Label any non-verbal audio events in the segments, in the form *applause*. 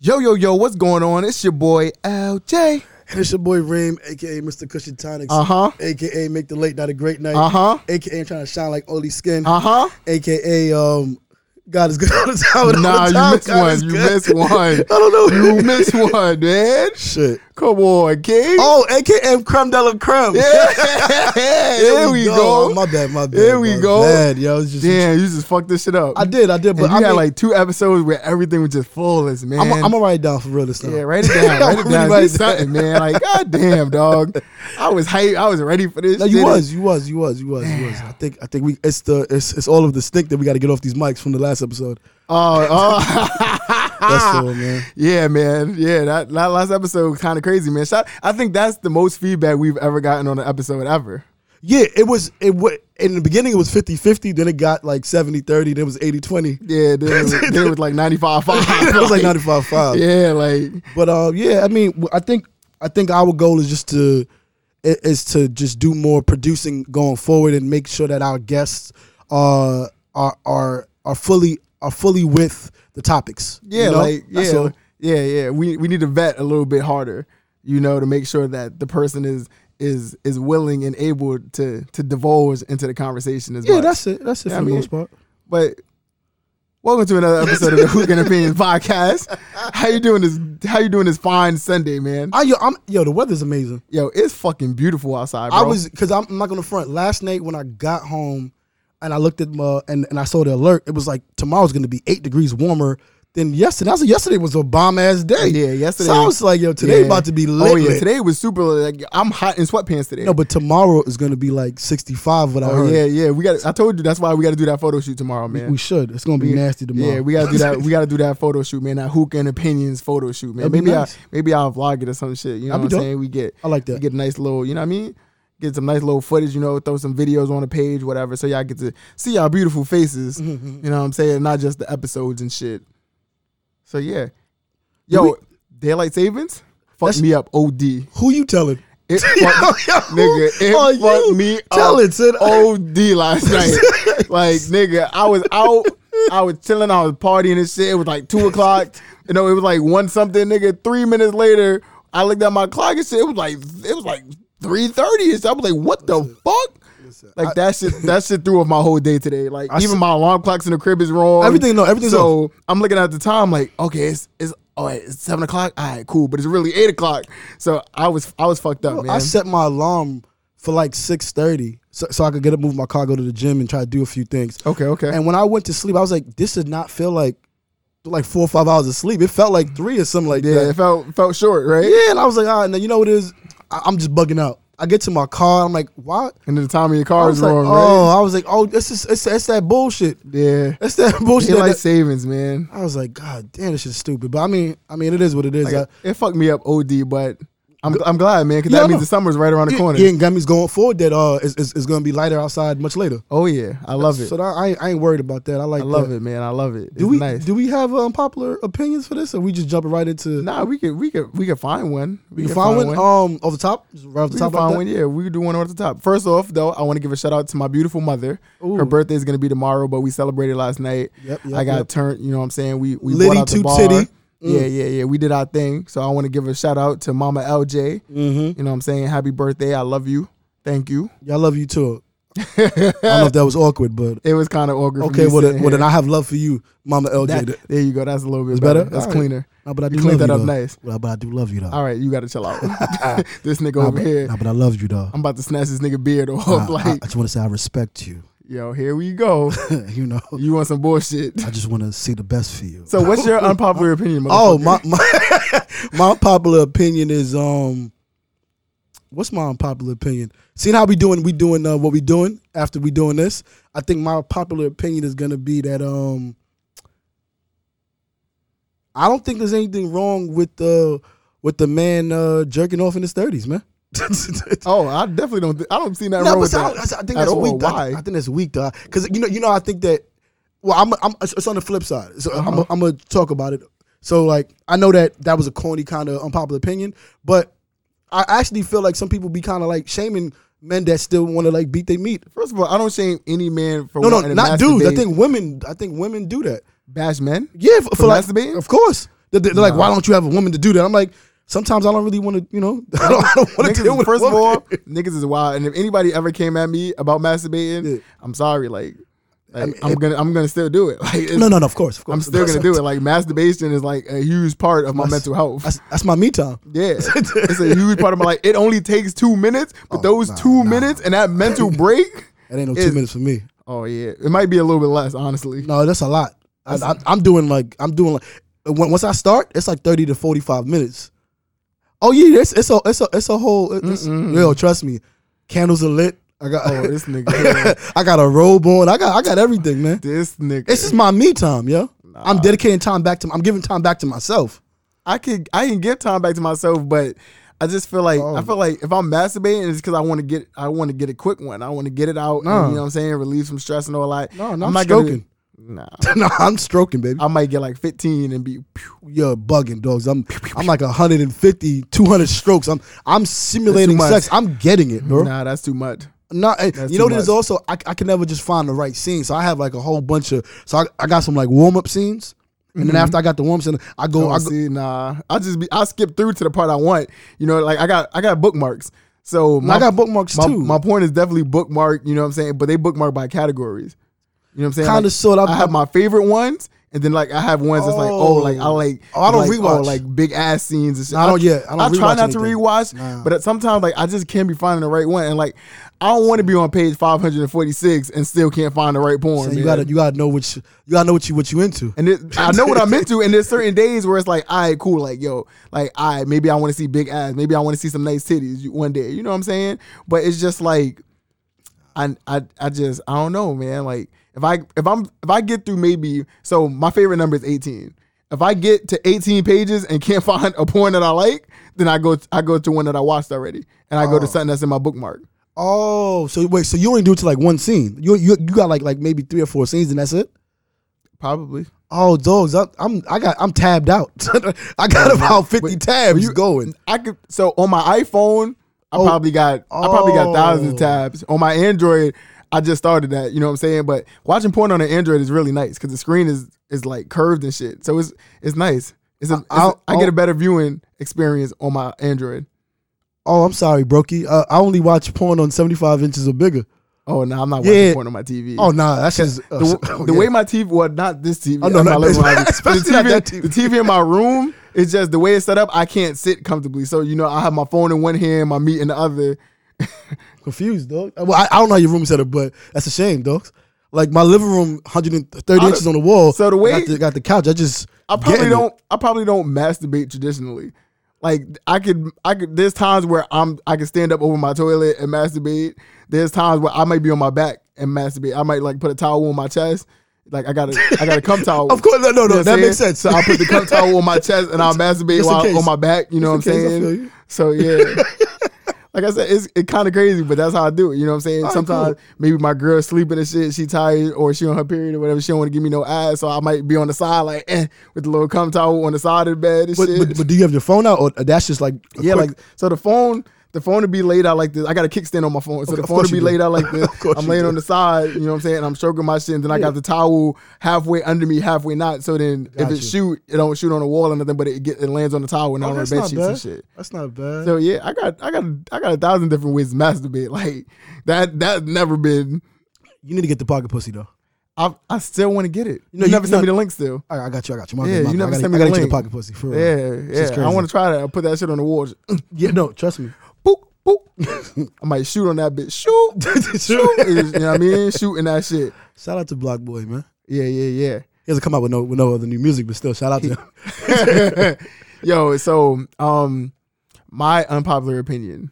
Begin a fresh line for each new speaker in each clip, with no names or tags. Yo, yo, yo, what's going on? It's your boy LJ.
And it's your boy Reem, aka Mr. Cushion Tonics,
Uh-huh.
aka Make the Late Night a Great Night,
Uh-huh.
aka I'm trying to shine like Oli Skin,
Uh-huh.
aka um, God is good all the time. all the
Nah, you
time,
missed
God
one.
is
You
good.
missed one.
*laughs* I don't know.
You missed one, man.
*laughs* Shit.
Come on, King.
Oh, aka Creme de la *laughs* Creme.
*laughs* Yeah. There we go.
Oh, my bad, my bad.
There we
bro.
go.
Bad, yo. It's just,
Damn, you just fucked this shit up.
I did, I did,
And you
but I
had
mean-
like two episodes where everything was just flawless, man.
I'm gonna write it down for real this time.
yeah, write it
*laughs*
down.
I'm
Write it
really
down.
write
Do
it down.
something, man. Like, god damn, dog. I was hyped. I was ready for this.
No, you
shit.
was, you was, you was, you was, you was. I think, I think we. It's the, it's, it's all of the stick that we got to get off these mics from the last episode.
Oh, oh.
That's
Ah.
all, man.
Yeah, man. Yeah, that, that last episode was kind of crazy, man. Shout, I think that's the most feedback we've ever gotten on an episode ever.
Yeah, it was. It wa in the beginning. It was 50-50, Then it got like 70-30, Then it was 80-20.
Yeah, then it was,
*laughs*
then it was like 95
it was like ninety five
*laughs*
five.
Yeah, like,
But uh, yeah, I mean, w- I think I think our goal is just to i- is to just do more producing going forward and make sure that our guests uh, are are are fully are fully with the topics. you
yeah,
know?
like,
That's
yeah,
all.
yeah, yeah. We, we need to vet a little bit harder, you know, to make sure that the person is is is willing and able to to divulge into the conversation as
yeah.
much.
That's it. That's it
Yeah,
for
I
the
mean-
most part.
But welcome to another episode of the Hook and
*laughs*
Opinion podcast. How you doing this? How you doing this fine Sunday, man?
I yo, I'm yo. The weather's amazing.
Yo, it's fucking beautiful outside, bro.
I was because I'm I'm not gonna front. Last night when I got home and I looked at my and, and I saw the alert, it was like tomorrow's gonna be eight degrees warmer than yesterday. I was like, yesterday was a bomb ass day.
Yeah, yesterday-
So I was like, yo, today
Yeah.
about to be lit.
Oh yeah,
lit.
today was super. Like I'm hot in sweatpants today.
No, but tomorrow is gonna be like 65. What I
oh
heard.
yeah, yeah. We got. I told you that's why we got to do that photo shoot tomorrow, man.
We should. It's gonna be nasty tomorrow.
yeah, we gotta do that. We gotta do that photo shoot, man. That hook and opinions photo shoot, man.
That'd be
Maybe
nice.
I maybe I'll vlog it or some shit. You know what
That'd
I'm
be dope.
saying? We get
I like that.
we get a nice little. You know what I mean? Get some nice little footage. You know, throw some videos on the page, whatever. So y'all get to see our beautiful faces. You know what I'm saying? Not just the episodes and shit. So yeah, yo,
we-
daylight savings fucked
That's-
me up. Od.
Who you telling?
It fucked,
*laughs* Yo,
nigga, it
who are
fucked
you
me
telling,
up.
son?
OD
*laughs*
last night. like, nigga, I was out. I was chilling. I was partying and shit. It was like two o'clock. You know, it was like one something, nigga. Three minutes later, I looked at my clock and shit. It was like it was like three thirty. I was like, what the fuck? Like that shit, that shit threw off my whole day today. Like even
s-
my alarm clocks in the crib is wrong.
Everything- no, everything's
So I'm looking at the time, like, okay, it's it's all right, it's seven o'clock. All right, cool, but it's really eight o'clock. So I was I was fucked up, man.
I set my alarm for like 6:30 so, so I could get up, move my car, go to the gym, and try to do a few things.
Okay, okay.
And when I went to sleep, I was like, this did not feel like like four or five hours of sleep. It felt like three or something like
yeah, it
that.
felt felt short, right?
Yeah, and I was like, ah, now you know what it is? I, I'm just bugging out. I get to my car, I'm like, why?
And then the time of your
I
car
was
is
like,
wrong,
oh, I was like, oh, this is it's, it's that bullshit.
right? Yeah.
It's that *laughs* bullshit. that-
Daylight savings, man.
I was like, God damn, this shit's stupid. But I mean, I mean, it is what it is. I-
It fucked me up, OD, but I'm I'm glad, man, because
Yeah, I
that means
know.
the summer's right around the corner.
Yeah, and Gummy's going forward that uh, it's, it's, it's going to be lighter outside much later.
Oh yeah, I love it.
So that, I, ain't- I ain't worried about that. I like
I love
that.
it, man. I love it.
Do
it's
we
nice.
do we have unpopular opinions for this, or we just jumping right into?
nah, we could we could we could find one. We
you
could
find one um off the top, Just right off the
We
top.
can
like
find
that?
one, yeah. We can do one off the top. First off, though, I want to give a shout out to my beautiful mother. Her
Ooh.
birthday is gonna be tomorrow, but we celebrated last night.
Yep, yep,
I got
yep.
turned. You know what I'm saying? We we
Litty Mm.
bought out the
to
bar.
titty.
Yeah, yeah, yeah. We did our thing. So I want to give a shout out to Mama LJ.
Mm-hmm.
You know what I'm saying? Happy birthday. I love you. Thank you.
Yeah, I love you
*laughs*
too. I don't know if that was awkward, but
It was kind of awkward. for
okay.
me
Well,
sitting
then, well,
here.
then I have love for you, Mama LJ.
That- there you go. That's a little bit
better?
better. That's
All right.
cleaner.
Nah, but I
you
do
cleaned
love
that
you
up
though.
nice.
Well, but I do love you though.
All right, you gotta
*laughs*
chill out. *laughs* this nigga
Nah,
over
but,
here.
nah, but I love
*laughs*
you though.
I'm about to snatch this nigga beard off.
Nah,
*laughs*
I-
like,
I just want to say I respect you. *laughs*
yo, here we go.
you know,
you want some bullshit?
I just want to see the best for you.
So what's
*laughs*
your unpopular opinion?
Oh,
motherfucker?
my my my *laughs* popular opinion is um what's my unpopular opinion? Seeing how we doing we doing uh, what we doing after we doing this, I think my popular opinion is gonna be that um I don't think there's anything wrong with the with the man uh, jerking off in his thirties, man. *laughs*
Oh, I definitely don't. Th- I don't see nothing
No,
wrong with
but I,
that.
don't- I think
at
that's
all.
weak. though. I,
Why?
I think that's weak, though, because you know, you know, I think that. Well, I'm, I'm it's it's on the flip side, so I'm,
Uh-huh.
I'm gonna talk about it. So, like, I know that that was a corny kind of unpopular opinion, but I actually feel like some people be kind of like shaming men that still want to like beat their meat.
First of all, I don't shame any man for
No, no,
wanting to
not dudes. I
masturbate.
think women. I think women do that.
bash men.
Yeah, for, for like,
masturbating?
of course. They're, they're like, why don't you have a woman to do that? I'm like, sometimes I don't really want to, you know, *laughs* I don't, want to deal
Niggas,
with
is-
a
first of
woman.
all, niggas is wild. And if anybody ever came at me about masturbating,
Yeah.
I'm sorry. Like, like
mean,
I'm
it-
gonna I'm gonna still do it. *laughs* Like, it's-
no, no, no, of course, of course.
I'm still gonna do it. Like, masturbation is like a huge part of my
That's-
mental health.
That's, that's my me time. *laughs*
Yeah, it's a huge part of my life. It only takes two minutes, but
Oh,
those
nah,
two
nah.
minutes and that
*laughs*
mental break.
It ain't no two
Is-
minutes for me.
Oh yeah, it might be a little bit less, honestly.
No, that's a lot. I, I, I'm doing like I'm doing like when, once I start, it's like thirty to forty five minutes. Oh yeah, it's it's a it's a it's a whole. It's, yo, trust me, candles are lit. I got
Oh,
*laughs*
this nigga,
I got a robe on. I got I got everything, man.
this nigga.
This is my me time, yo. I'm dedicating time back to. I'm giving time back to myself.
I could I can give time back to myself, but I just feel like
Oh.
I feel like if I'm masturbating, it's because I want to get I want to get a quick one. I want to get it out. and,
Nah.
you know what I'm saying? Relieve some stress and all that.
No, no, I'm
not gonna-
stroking. *laughs*
Nah,
no, I'm stroking, baby.
I might get like 15 and be. Pew,
You're bugging, dogs.
*laughs*
I'm I'm like 150, 200 strokes. I'm I'm simulating
much.
sex. I'm getting it, bro.
nah, that's too much.
No, and
That's
eh, you know
too
there's
much.
also I, I can never just find the right scene. So I have like a whole bunch of so I, I got some like warm up scenes, and then after I got the warm up scene, I go
Oh,
I go,
see, nah. I just be I skip through to the part I want. You know, like I got I got bookmarks. So
I got bookmarks
my,
too.
My point is definitely bookmarked. You know what I'm saying? But they bookmark by categories. You know what I'm saying?
Kinda
Like,
sorta.
I have my favorite ones, and then like I have ones that's like oh
Oh.
like I like
Oh, I don't
like,
rewatch.
like big ass scenes and shit.
Nah, I don't- yeah, I don't
try not
rewatch
to
anything.
rewatch, but at sometimes like I just can't be finding the right one, and like I don't want to be on page 546 and still can't find the right porn.
so you
man.
gotta you gotta know which you gotta know what you what you into.
And it, I know what I'm into, and there's certain days where it's like, all right, cool, like yo, like all right, maybe I want to see big ass, maybe I want to see some nice titties you- one day, you know what I'm saying? But it's just like, I, I, I just, I don't know, man. Like if I, if I'm, if I get through maybe, so my favorite number is 18. If I get to 18 pages and can't *laughs* find a porn that I like, then I go, I go to one that I watched already, and I go to something that's in my bookmark.
Oh, so wait, so you only do it to like one scene. You you you got like like maybe three or four scenes, and that's it.
Probably.
Oh, dogs, I, I'm I got I'm tabbed out. *laughs* I got about fifty tabs going.
I could so on my iPhone, I probably got I probably got thousands of
Oh.
tabs. On my Android, I just started that. You know what I'm saying? But watching porn on an Android is really nice because the screen is is like curved and shit. So it's it's nice. It's a, it's a- I
I'll-
get
I'll-
a better viewing experience on my Android.
Oh, I'm sorry, Brokey. Uh, I only watch porn on seventy five inches or bigger.
Oh no, I'm not watching
Yeah.
porn on my TV.
Oh, nah, that's just
*laughs*
*laughs*
the, the way my TV, well, not this TV,
Oh, no,
I'm
no,
not looking
*laughs* especially-
at it. the,
especially not
TV,
that TV.
the TV in my room is just the way it's set up. I can't sit comfortably, so you know I have my phone in one hand, my meat in the other.
confused, dog. Uh, Well, I, I don't know how your room is set up, but that's a shame, dogs. Like my living room, 130
I
inches on the wall.
so the way-
I got the, got the couch, I just
I
getting
probably
it.
don't. I probably don't masturbate traditionally. Like I could, I could. There's times where I'm, I could stand up over my toilet and masturbate. There's times where I might be on my back and masturbate. I might like put a towel on my chest. Like I got to, I got a
*laughs*
cum towel.
Of course, no, no,
You know
no,
what
that
I'm
makes
saying?
sense.
So *laughs* I put the cum towel on my chest and
*laughs*
I'll masturbate
in
while
case.
on my back. You know
Just
what
in
I'm
case, I feel
saying?
you.
So yeah.
*laughs*
Like I said, it's it kind of crazy, but that's how I do it. You know what I'm saying?
Alright,
Sometimes maybe my girl sleeping and shit, she tired or she on her period or whatever. She don't want to give me no ass, so I might be on the side like eh, with the little cum towel on the side of the bed and
But,
shit.
but, but do you have your phone out, or that's just like a
yeah,
quick-
like so the phone, the phone would be laid out like this. I got a kickstand on my phone, so the
of
phone
course
would be
you do.
laid out like this.
*laughs* Of course
I'm
you
laying
do.
on the side, you know what I'm saying? I'm stroking my shit, and then I got the towel halfway under me, halfway not. So then if
Got
it
you.
shoot, it don't shoot on the wall or nothing, but it get, it lands on the towel and
Oh,
not on
that's
the bed
not
sheets and
bad.
shit.
That's not bad.
So yeah, I got I got I got a thousand different ways to masturbate. *laughs* Like that that's never been.
you need to get the pocket pussy though.
I I still want to get it. You,
know, you-
never sent
no-
me the link still.
All right, I got you. I got you. My
Yeah,
bad, my
you
bad.
never
I gotta,
sent me
I gotta
the
get
link.
the pocket pussy for real.
Yeah, yeah. I
crazy.
want to try that. I put that shit on the wall.
*laughs*
*clears throat*
yeah. No,
*laughs*
trust me.
Boop
*laughs*
boop. I might shoot on that bitch. Shoot. Shoot. you know what I mean? Shooting that shit.
Shout out to Block Boy, man.
Yeah, yeah, yeah.
He doesn't come out with no with no other new music, but still, shout out to him. *laughs*
Yo, so um my unpopular opinion.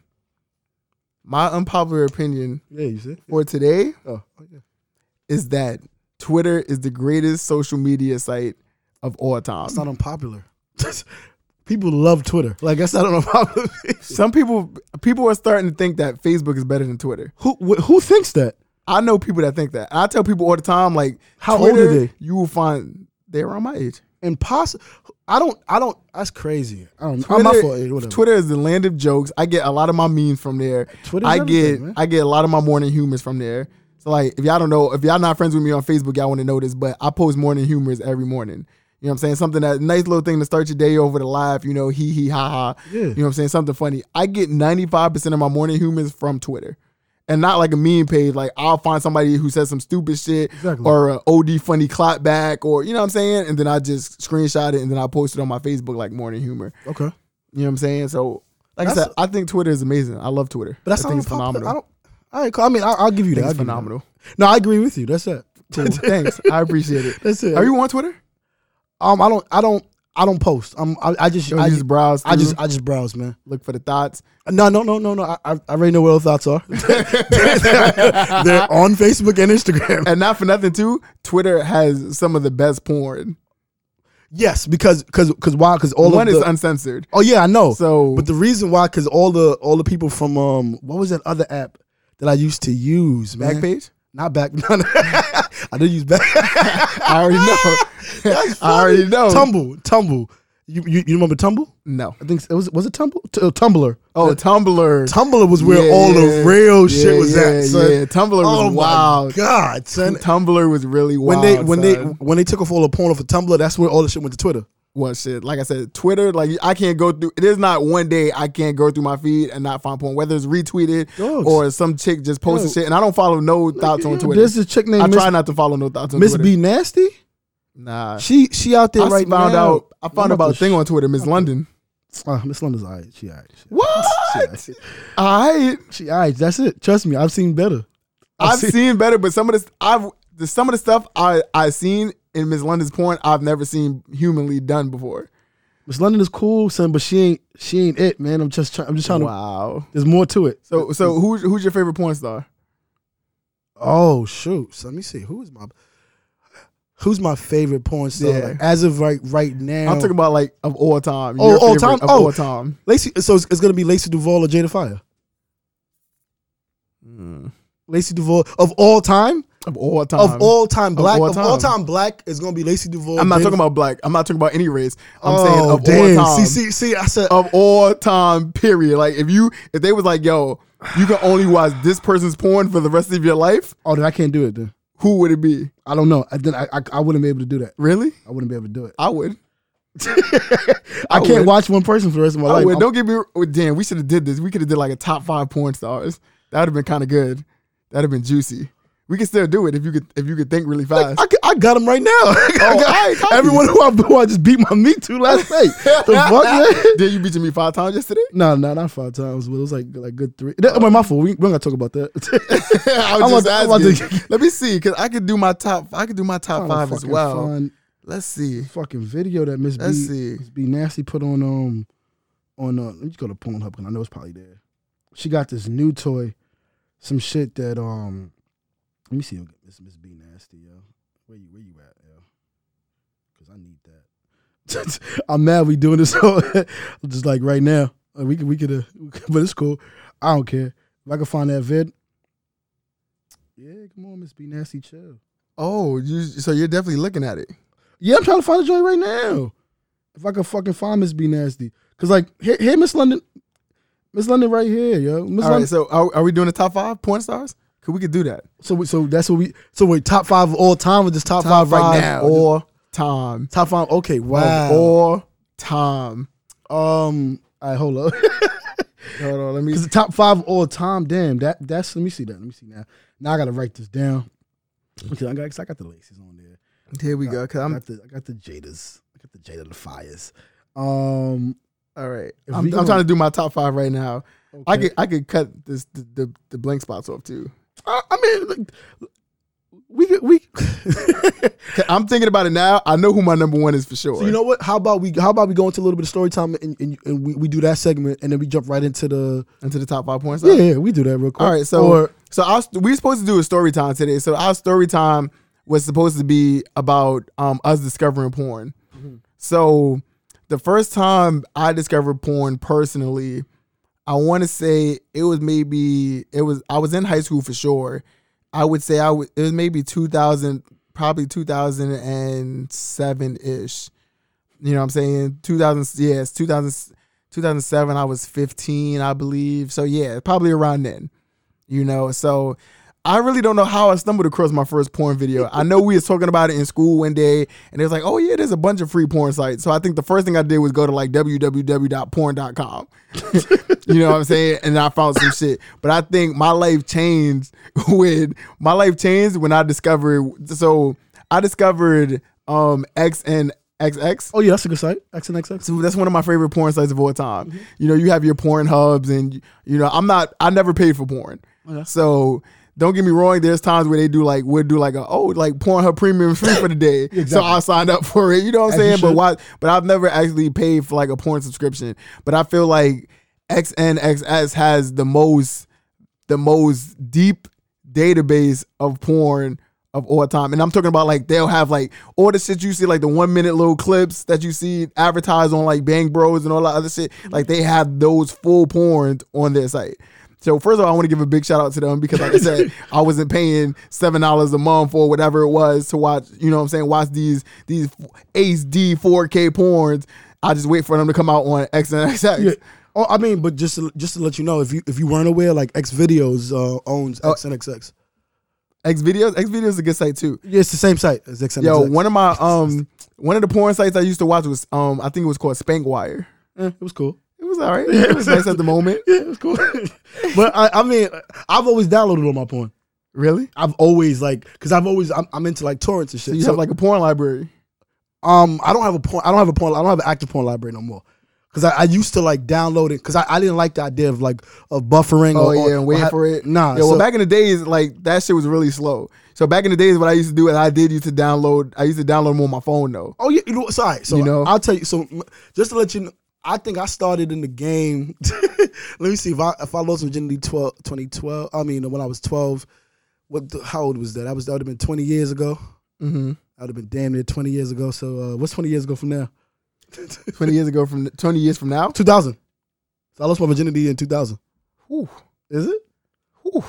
My unpopular opinion
yeah, you see.
for today
Oh, oh, yeah.
is that Twitter is the greatest social media site of all time.
It's not unpopular. *laughs* People love Twitter. Like that's not *laughs* unpopular.
Some people people are starting to think that Facebook is better than Twitter.
who wh- who thinks that?
I know people that think that. I tell people all the time, like,
How old are
Twitter,
they?
You will find they're around my age.
Impossible. I don't. I don't. That's crazy. I don't. I'm not for it. Whatever.
Twitter is the land of jokes. I get a lot of my memes from there.
Twitter's
I
everything,
get
man.
I get a lot of my morning humors from there. So like if y'all don't know, if y'all not friends with me on Facebook, y'all want to know this, but I post morning humors every morning. You know what I'm saying? Something that nice little thing to start your day over to laugh, you know, hee hee ha ha.
Yeah.
You know what I'm saying? Something funny. I get 95% of my morning humans from Twitter. And not like a meme page. Like I'll find somebody who says some stupid shit
Exactly.
or a OD funny clap back or you know what I'm saying? And then I just screenshot it and then I post it on my Facebook like morning humor.
Okay.
You know what I'm saying? So like I
That's-
said, I think Twitter is amazing. I love Twitter.
But that's
I think
not
it's phenomenal.
I don't. All right, cool. I mean, I'll, I'll give you
I
that.
think
I'll
it's
give you that.
phenomenal.
No, I agree with you. *laughs* That's it.
Cool. Thanks. I appreciate it.
*laughs* That's it.
Are you on Twitter?
Um, I don't. I don't. I don't post. I'm. I, I just.
Or
I
you
just.
just browse.
I just.
through,
I just browse, man.
look for the thoughts.
No, no, no, no, no. I, I I already know where those
*laughs*
thoughts are. *laughs* They're on Facebook and Instagram.
And not for nothing too, Twitter has some of the best porn.
Yes, because because because why? Because all
One
of
is
the,
uncensored.
oh yeah, I know.
So
But the reason why, because all the all the people from um, what was that other app that I used to use, man?
back
*laughs*
page?
Not back. No, no. I did use back. *laughs*
I already know. *laughs* I already know.
Tumble, tumble. You, you you remember Tumble?
no.
I think it was was it Tumble? T- uh, Tumblr.
Oh, Tumblr.
Tumblr was where
Yeah,
all the
yeah,
real shit
yeah,
was
yeah,
at. Son.
yeah. Tumblr was
oh
wild.
my god, son.
Tumblr was really
When
wild.
they when they
son.
when they took off all the porn off of Tumblr, that's where all the shit went to Twitter.
well shit, like I said, Twitter, like I can't go through. There's not one day I can't go through my feed and not find porn, whether it's retweeted
Dogs.
or some chick just posted
Yo.
shit. And I don't follow no thoughts on Twitter.
There's this chick
I
named
try
Miss,
not to follow no thoughts on
Miss
Twitter.
B Nasty.
Nah,
She she out there
I
right
found
now.
out. I found
I'm
out about a
to
thing on Twitter, Miss London.
Uh, Miss London's alright. She alright. She
What?
alright. She
I
she alright. That's it. Trust me, I've seen better.
I've seen better, but some of this I've the, some of the stuff I I seen in Miss London's porn I've never seen humanly done before.
Miss London is cool, son, but she ain't she ain't it, man. I'm just trying. I'm just trying to.
Wow.
There's more to it.
So so who's who's your favorite porn star?
Oh shoot! So let me see. Who is my Who's my favorite porn star?
Yeah.
Like, as of right right now,
I'm talking about like of all time.
Oh,
Your
all
favorite
time?
Of
Oh.
all time.
Lacey. So it's, it's gonna be Lacey Duvall or Jada Fire. Lacey Duvall of all time,
Of all time.
Mm. of all time black, Um, of
all
all time,
time.
black is gonna be Lacey Duvall.
I'm not
Jada-
talking about black. I'm not talking about any race. I'm
oh,
saying of
damn.
all time.
See, see, see. I said
Of all time, period. Like if you if they was like, yo, you can only watch this person's porn for the rest of your life,
Oh, then I can't do it. Then
who would it be?
I don't know. I, then I, I, I wouldn't be able to do that.
Really?
I wouldn't be able to do it.
I would.
I, can't
would.
watch one person for the rest of my
Oh,
life.
wait,
I'm-
don't get me. oh, Damn, we should have did this. We could have did like a top five porn stars. That would have been kind of good. That'd have been juicy. We could still do it if you could if you could think really fast.
I, I got him right now. *laughs* I
Oh, *laughs*
got-
I ain't talking.
everyone who I, who I just beat my meat to
*laughs*
last night. *laughs* the fuck, man?
Did you beat me five times yesterday?
No, no, not five times, but it was like like good three. That, well, my fault. We, we're gonna talk about that. *laughs*
*laughs* I
I'm
was just
about to- I'm about
asking. *laughs* Let me see, cause I could do my top. I could do my top
I'm
five
gonna
as
fucking
well.
Find
Let's see.
the fucking video that Miss B,
Let's see.
Miss B nasty put on um on uh. Let me just go to Pornhub because I know it's probably there. She got this new toy, some shit that um. Let me see. Miss Miss B nasty yo. Where you where you at yo? Because I need that. *laughs* I'm mad we doing this *laughs* all just like right now. Like, we could we could uh, *laughs* but it's cool. I don't care if I can find that vid. Yeah, come on, Miss B nasty chill.
Oh, you, so you're definitely looking at it.
Yeah, I'm trying to find a joint right now. If I can fucking find Miss B Nasty. Cause like here, here Miss London. Miss London right here, yo. Miss
All
London.
right. So are, are we doing the top five porn stars? Could we could do that?
So we, so that's what we so wait, top five of all time or just top, five, right now?
All time.
top five. Okay,
Of
wow.
All time.
um all right, hold up. *laughs*
Hold on. Let me.
Cause the top five of all time, damn, that that's let me see that. Let me see now. Now I gotta write this down. Okay, I got, 'cause I got the laces on there.
Here we go. Cause
I
I'm
got the I got the Jadas. I got the Jada the fires. Um
All right,
If
I'm, I'm
we gonna-
trying to do my top five right now. I
okay.
could I could cut this the, the, the blank spots off too.
I, I mean, like, we could- we. *laughs*
'Cause I'm thinking about it now. I know who my number one is for sure.
so you know what? How about we? How about we go into a little bit of story time and, and, and we, we do that segment and then we jump right into the. uh,
into the top five points.
Yeah, yeah, we do that real quick.
All right, so
Or-
so our, st- we were supposed to do a story time today. So our story time was supposed to be about um, us discovering porn. So the first time I discovered porn personally, I want to say it was maybe it was I was in high school for sure. I would say I w- it was maybe 2000, probably 2007 ish. You know what I'm saying? 2000, yes, 2000, 2007. I was 15, I believe. So yeah, probably around then you know so I really don't know how I stumbled across my first porn video. I know we was talking about it in school one day, and it was like, oh yeah, there's a bunch of free porn sites. So I think the first thing I did was go to like www.porn.com. *laughs* you know what I'm saying? And I found some shit. But I think my life changed *laughs* when my life changed when I discovered. So I discovered um XNXX.
Oh yeah, that's a good site. XNXX.
So that's one of my favorite porn sites of all time. You know, you have your porn hubs, and you know, I'm not, I never paid for porn.
Okay.
So don't get me wrong. There's times where they do like, we'll do like a, oh, like Pornhub Premium free for the
*laughs*
day. So
Exactly.
I'll sign up for it. You know what I'm
As you
saying? But
should.
why? But I've never actually paid for like a porn subscription. But I feel like XNXS has the most, the most deep database of porn of all time. And I'm talking about like they'll have like all the shit you see, like the one minute little clips that you see advertised on like Bang Bros and all that other shit. Like they have those full porns on their site. So first of all, I want to give a big shout out to them because like I said, I wasn't paying seven dollars a month or whatever it was to watch, you know what I'm saying, watch these these HD 4K porns. I just wait for them to come out on X and XX.
Yeah. Oh, I mean, but just to, just to let you know, if you if you weren't aware, like X Videos uh, owns XNXX.
X videos, X videos is a good site too.
Uh, Yeah, it's the same site as XNXX.
Yo, one of
*laughs*
my um one of the porn sites I used to watch was um I think it was called Spankwire.
Eh, it was cool.
It was all right. It was nice at the moment.
*laughs* Yeah, it was cool. but I, I mean, I've always downloaded on my porn.
Really?
I've always like because I've always I'm, I'm into like torrents and shit.
So you have like a porn library.
um, I don't have a porn. I don't have a porn. I don't have an active porn library no more. Cause I, I used to like download it because I, I didn't like the idea of like of buffering.
Oh
or,
yeah,
or,
and waiting
or ha-
for it.
Nah,
Yeah, well,
Uh, so-
back in the days, like that shit was really slow. So back in the days, what I used to do is I did used to download. I used to download them on my phone though.
Oh yeah, you know, sorry. So
You know?
I'll tell you. So m- just to let you know, I think I started in the game. *laughs* let me see if I if I lost virginity 12, 2012. I mean, when I was twelve, what? The, how old was that? That was that would have been twenty years ago.
Mm-hmm.
That would have been damn near twenty years ago. So uh, what's twenty years ago from now? *laughs*
Twenty years ago from twenty years from now.
Two thousand. So I lost my virginity in two thousand.
Whew.
Is it
Whew.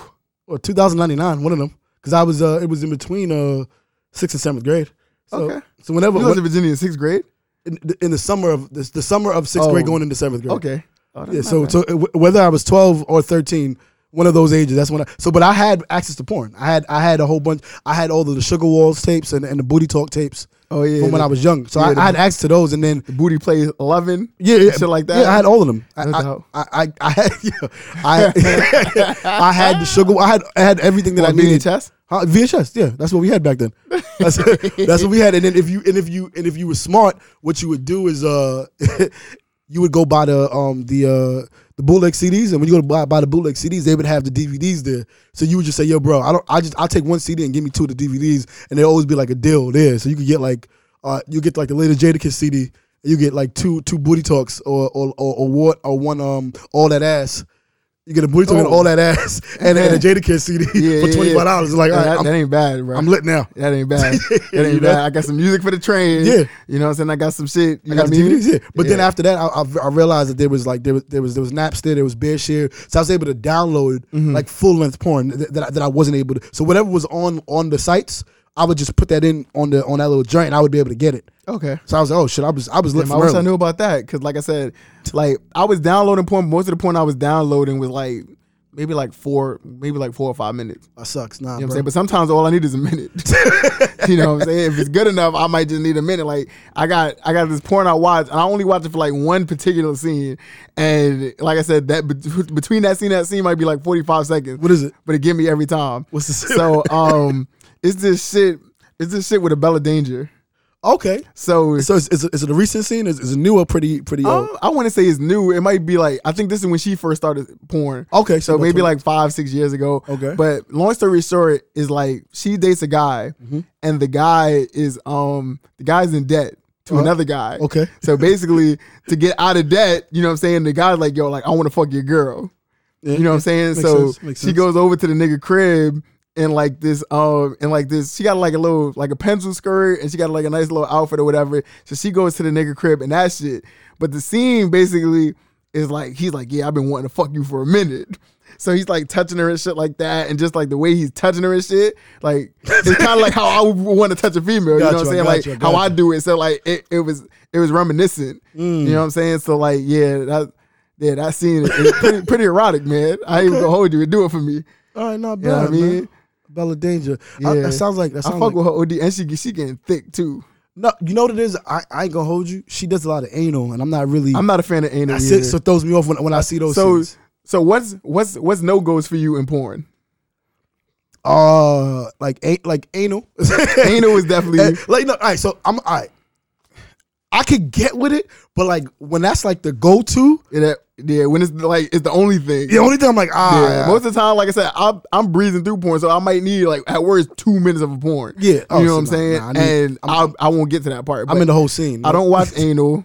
or two thousand ninety nine? One of them. Because I was uh, it was in between uh sixth and seventh grade. So,
Okay.
So whenever
You
when-
lived in Virginia in sixth grade.
in, the- in the summer of the, the summer of sixth
Oh.
grade going into seventh grade.
Okay. Oh, that's
Yeah,
not
so
bad.
so w- whether I was 12 or 13, one of those ages, that's when I so but I had access to porn. I had I had a whole bunch. I had all of the Sugar Walls tapes and, and the Booty Talk tapes
oh yeah,
from when I was young. So
yeah,
I,
the-
I had access to those and then
the booty plays eleven.
yeah, yeah,
shit like that.
Yeah, I had all of them. I
No
I,
doubt.
I, *laughs* I, I had *laughs* yeah, I, I had the sugar. I had I had everything that
On
I needed.
VHS?
Huh? VHS. Yeah, that's what we had back then.
*laughs*
That's, that's what we had. And then if you and if you and if you were smart, what you would do is uh, *laughs* you would go buy the um the uh the bootleg CDs, and when you go to buy, buy the bootleg CDs, they would have the DVDs there. So you would just say, "Yo, bro, I don't. I just I'll take one CD and give me two of the DVDs, and they always be like a deal there. So you could get like uh you get like the latest Jadakiss CD." you get like two two booty talks or or or, or what or one um all that ass. You get a booty talk and
Oh.
all that ass *laughs* and, and a Jada Kiss CD
Yeah,
for
yeah,
twenty five dollars. Like
Yeah,
all right,
that,
I'm,
that ain't bad, bro.
I'm lit now.
That ain't
*laughs*
bad.
You
That ain't
know?
bad. I got some music for the train.
Yeah.
You know what I'm saying? I got some shit. You know
I got
what
the
I mean?
DVDs, yeah. But then
Yeah.
after that, I, I, I realized that there was like there was there was there was Napster, there was BearShare, so I was able to download
Mm-hmm.
like full length porn that, that I, that I wasn't able to. So whatever was on on the sites, I would just put that in on the on that little joint, and I would be able to get it.
Okay.
So I was like, oh shit, I was I was lit
Damn,
from
I wish
early.
I knew about that because, like I said, like I was downloading porn. Most of the porn I was downloading was like maybe like four, maybe like four or five minutes.
That sucks, nah,
You know what I'm
bro.
saying? But sometimes all I need is a minute. *laughs* you know what I'm saying? If it's good enough, I might just need a minute. Like I got I got this porn I watched and I only watched it for like one particular scene. And like I said, that bet- between that scene, that scene might be like 45 seconds.
What is it?
But it get me every time.
What's
*laughs*
the scene?
So
*laughs*
um it's this shit, it's this shit with a Bella Danger.
Okay,
So
so is, is, it- is it a recent scene? Is, is it new or pretty pretty old?
Um, I want to say it's new. It might be like I think this is when she first started porn.
Okay,
so
so
maybe
that's
like five, six years ago.
Okay.
but long story short is like she dates a guy,
Mm-hmm.
and the guy is um the guy's in debt to another guy.
Uh-huh. okay.
so basically to get out of debt, you know what I'm saying? The guy's like, yo, like I want to fuck your girl.
Yeah,
You know what I'm
yeah.
saying?
Makes
so
sense, makes
she
sense.
goes over to the nigga crib and like this, um, and like this, she got like a little like a pencil skirt and she got like a nice little outfit or whatever. So she goes to the nigga crib and that shit. But the scene basically is like he's like, Yeah, I've been wanting to fuck you for a minute. So he's like touching her and shit like that, and just like the way he's touching her and shit, like it's kind of like how I would want to touch a female. you know what
Gotcha,
I'm saying?
I
Like
gotcha, I
how I
gotcha. Mm.
do it. So like it, it was it was reminiscent. You know what I'm saying? So like yeah, that yeah, that scene is is pretty pretty erotic, man. I ain't even gonna hold you. It do it for me.
All right, not
You know what I
bad. man.
mean?
Bella Danger. I-
Yeah.
that sounds like that
I
sounds
fuck
like,
with her OD, and she she getting thick too.
no. You know what it is? I, I ain't gonna hold you. She does a lot of anal, and I'm not really.
I'm not a fan of anal.
that's
either.
it. So it throws me off when, when I see those.
so
scenes.
so what's what's what's no goes for you in porn?
uh, like a, like anal. *laughs* Eh,
Anal is definitely.
like no. All right. So I'm all right. I could get with it, but like when that's like the go to,
Yeah, yeah, when it's like it's the only thing.
the only thing I'm like ah.
Yeah, most of the time, like I said, I'm, I'm breezing through porn, so I might need like at worst two minutes of a porn.
Yeah. Oh,
you know
so
what I'm
nah,
saying.
nah, I need-
and I I won't get to that part.
I'm
but
in the whole scene.
I don't
*laughs*
watch anal.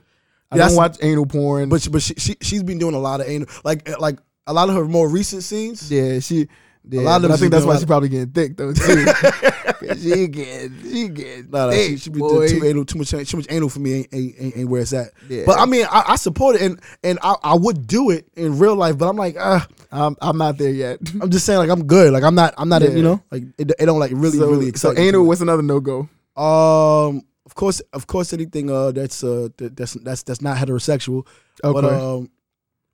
I
That's-
don't watch anal porn.
But she, but she, she she's been doing a lot of anal, like eh, like a lot of her more recent scenes.
yeah, she. Yeah,
lot of
but I
them
think
she
that's
do a
why
lot
she
of-
probably getting thick though
*laughs*
too. 'Cause she get she get
Nah, nah,
thick,
she, she be
boy.
doing too anal, too much, too much anal for me ain't, ain't, ain't, ain't where it's at.
Yeah.
But I mean, I, I support it and and I, I would do it in real life, but I'm like, ah,
I'm I'm not there yet.
I'm just saying, like I'm good, like I'm not, I'm not,
Yeah.
you know, like it, it don't like really,
so,
really
so
excite me
anal.
too
What's another no go?
much. Um, of course, of course, anything uh that's uh that, that's that's that's not heterosexual. But
Okay.
um,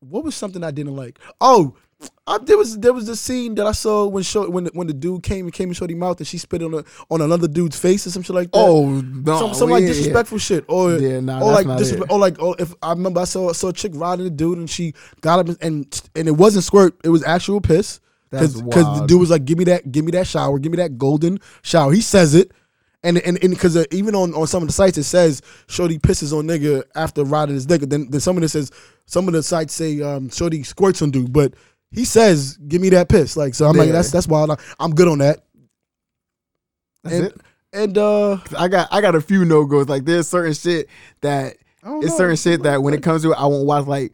what was something I didn't like? Oh, I, there was there was the scene that I saw when show, when when the dude came and came and showed him mouth and she spit on a, on another dude's face or some shit like that.
Oh no,
some, some
yeah,
like
yeah.
disrespectful shit or
Yeah, nah,
or
that's
like
not
disrespe-
it.
or like or if I remember I saw saw a chick riding a dude and she got up and and it wasn't squirt it was actual piss
That's
the
wild.
dude was like give me that give me that shower give me that golden shower he says it. And and because uh, even on, on some of the sites it says Shorty pisses on nigga after riding his nigga. Then then some of it says some of the sites say um, Shorty squirts on dude, but he says give me that piss. Like so I'm like
Yeah.
that's that's wild. I, I'm good on that.
That's
and
it?
and uh,
I got I got a few no goes. Like there's certain shit that
I don't
it's
know.
certain shit that when it comes to it, I won't watch. Like